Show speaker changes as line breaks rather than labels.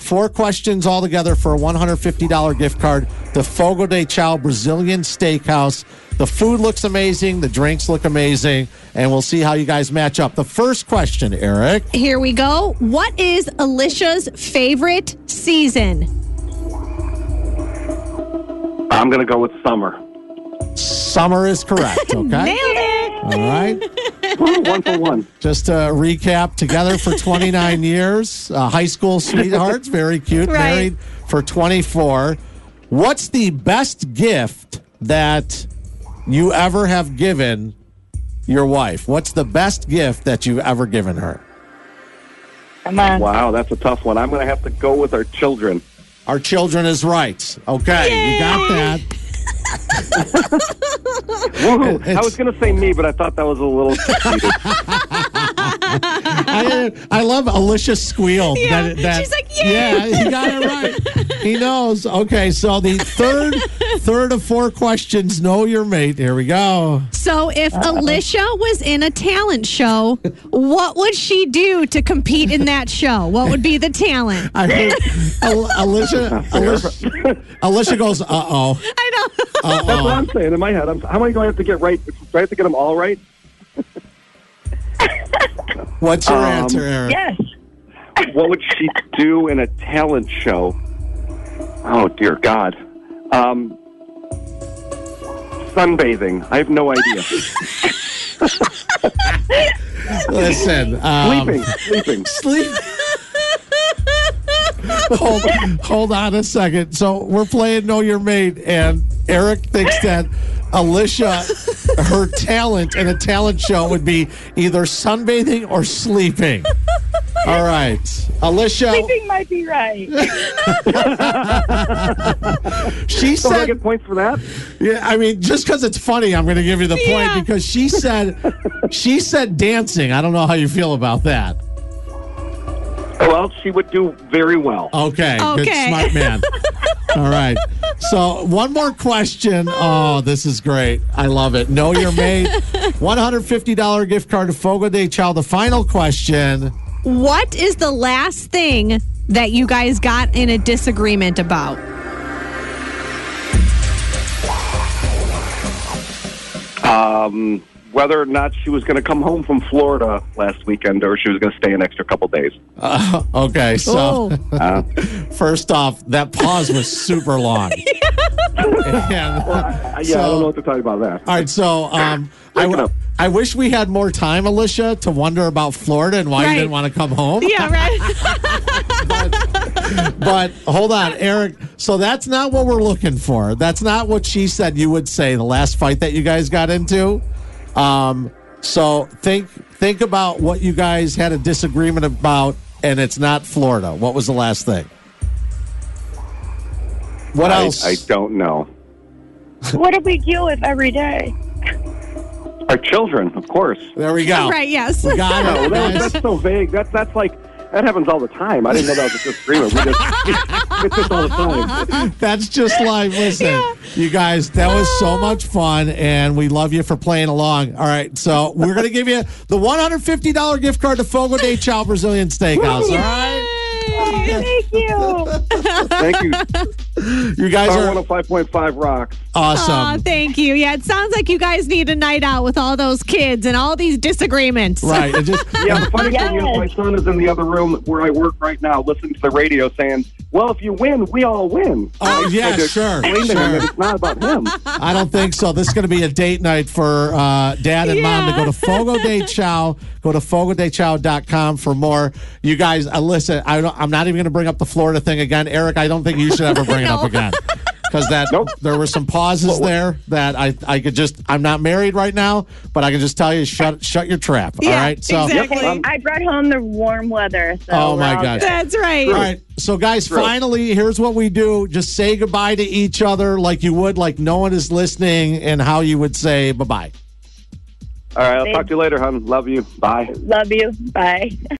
Four questions altogether for a $150 gift card. The Fogo de Chao Brazilian Steakhouse. The food looks amazing. The drinks look amazing. And we'll see how you guys match up. The first question, Eric.
Here we go. What is Alicia's favorite season?
I'm going to go with summer.
Summer is correct.
Nailed
Okay.
it.
All right.
Woo, one for one.
Just to recap, together for 29 years, uh, high school sweethearts, very cute,
Right.
married for 24. What's the best gift that you ever have given your wife? What's the best gift that you've ever given her?
Come on.
Wow, that's a tough one. I'm going to have to go with our children.
Our children is right. Okay, you got that.
Woohoo. I
It's-
was going to say me, but I thought that was a little conceited.
I, I love Alicia squealed.
Yeah,
That, that-
she's like, "Yeah."
he got it right. he knows. Okay, so the third, third of four questions. Know your mate. Here we go.
So, if Alicia was in a talent show, what would she do to compete in that show? What would be the talent?
I heard Al- Alicia, Alicia. Alicia goes, uh oh.
I know.
That's what I'm saying in my head. I'm, how am I going to have to get right? Do I have to get them all right?
What's your
Um,
answer, Eric?
Yes.
What would she do in a talent show? Oh, dear God. Um, sunbathing. I have no idea.
Listen, um,
sleeping. Sleeping.
sleep. hold, hold on a second. So we're playing Know Your Mate, and Eric thinks that Alicia, her talent in a talent show would be either sunbathing or sleeping. All right, Alicia.
Sleeping might be right.
She
So do I
said
get points for that?
Yeah, I mean, just because it's funny, I'm going to give you the point
Yeah.
because she said, she said dancing. I don't know how you feel about that.
Well, she would do very well.
Okay, good
Okay.
smart man. All right. So one more question. Oh, this is great. I love it. Know your mate. $150 gift card to Fogo de Chao. The final question.
What is the last thing that you guys got in a disagreement about?
um, whether or not she was going to come home from Florida last weekend or she was going to stay an extra couple days.
Uh, okay, so
Oh.
Uh,
first off, that pause was super long. And-
Uh,
Uh, yeah, I don't know what to tell you about that.
All right, so um, I,
Break it
w-
up.
I wish we had more time, Alicia, to wonder about Florida and why
Right.
you didn't want to come home.
Yeah, right.
But hold on, Eric. So that's not what we're looking for. That's not what she said you would say the last fight that you guys got into. Um, so think think about what you guys had a disagreement about, and it's not Florida. What was the last thing? What
I,
else?
I don't know.
what do we deal with every day?
Our children, of course.
there we go.
right, yes.
We
Oh,
got
No,
it.
that,
guys.
that's so vague. That, that's like, that happens all the time. I didn't know that was a disagreement. We just, it's just all the time.
That's just life. Listen, you guys, that was so
Ah.
much fun, and we love you for playing along. All right, so we're going to give you the $150 gift card to Fogo de Chao Brazilian Steakhouse. All right?
Thank you.
Thank you. oh
You guys
Star
are
105.5 rocks.
Aw,
awesome.
thank you. Yeah, it sounds like you guys need a night out with all those kids and all these disagreements.
Right. It just,
Yeah, the funny thing is,
Yes.
my son is in the other room where I work right now, listening to the radio saying, "Well, if you win, we all win."
Oh,
I
yeah,
tried to
sure,
explain to him
sure.
that It's not about him.
I don't think so. This is going to be a date night for uh, dad and mom to go to Fogo de Chao. Go to fogodechow.com for more. You guys, uh, listen, I don't, I'm not even going to bring up the Florida thing again. Eric, I don't think you should ever bring it up
No.
again. Because that
Nope.
there were some pauses there that I, I could just I'm not married right now, but I can just tell you shut shut your trap. all
Yeah,
right. So
exactly.
Okay,
Um,
I brought home the warm weather. So
Oh,
we're
my
all
gosh.
good.
That's right.
All right. So, guys, finally, here's what we do. Just say goodbye to each other like you would, like no one is listening, and how you would say bye bye.
All right, I'll talk to you later, hon. Love you. Bye.
Love you. Bye.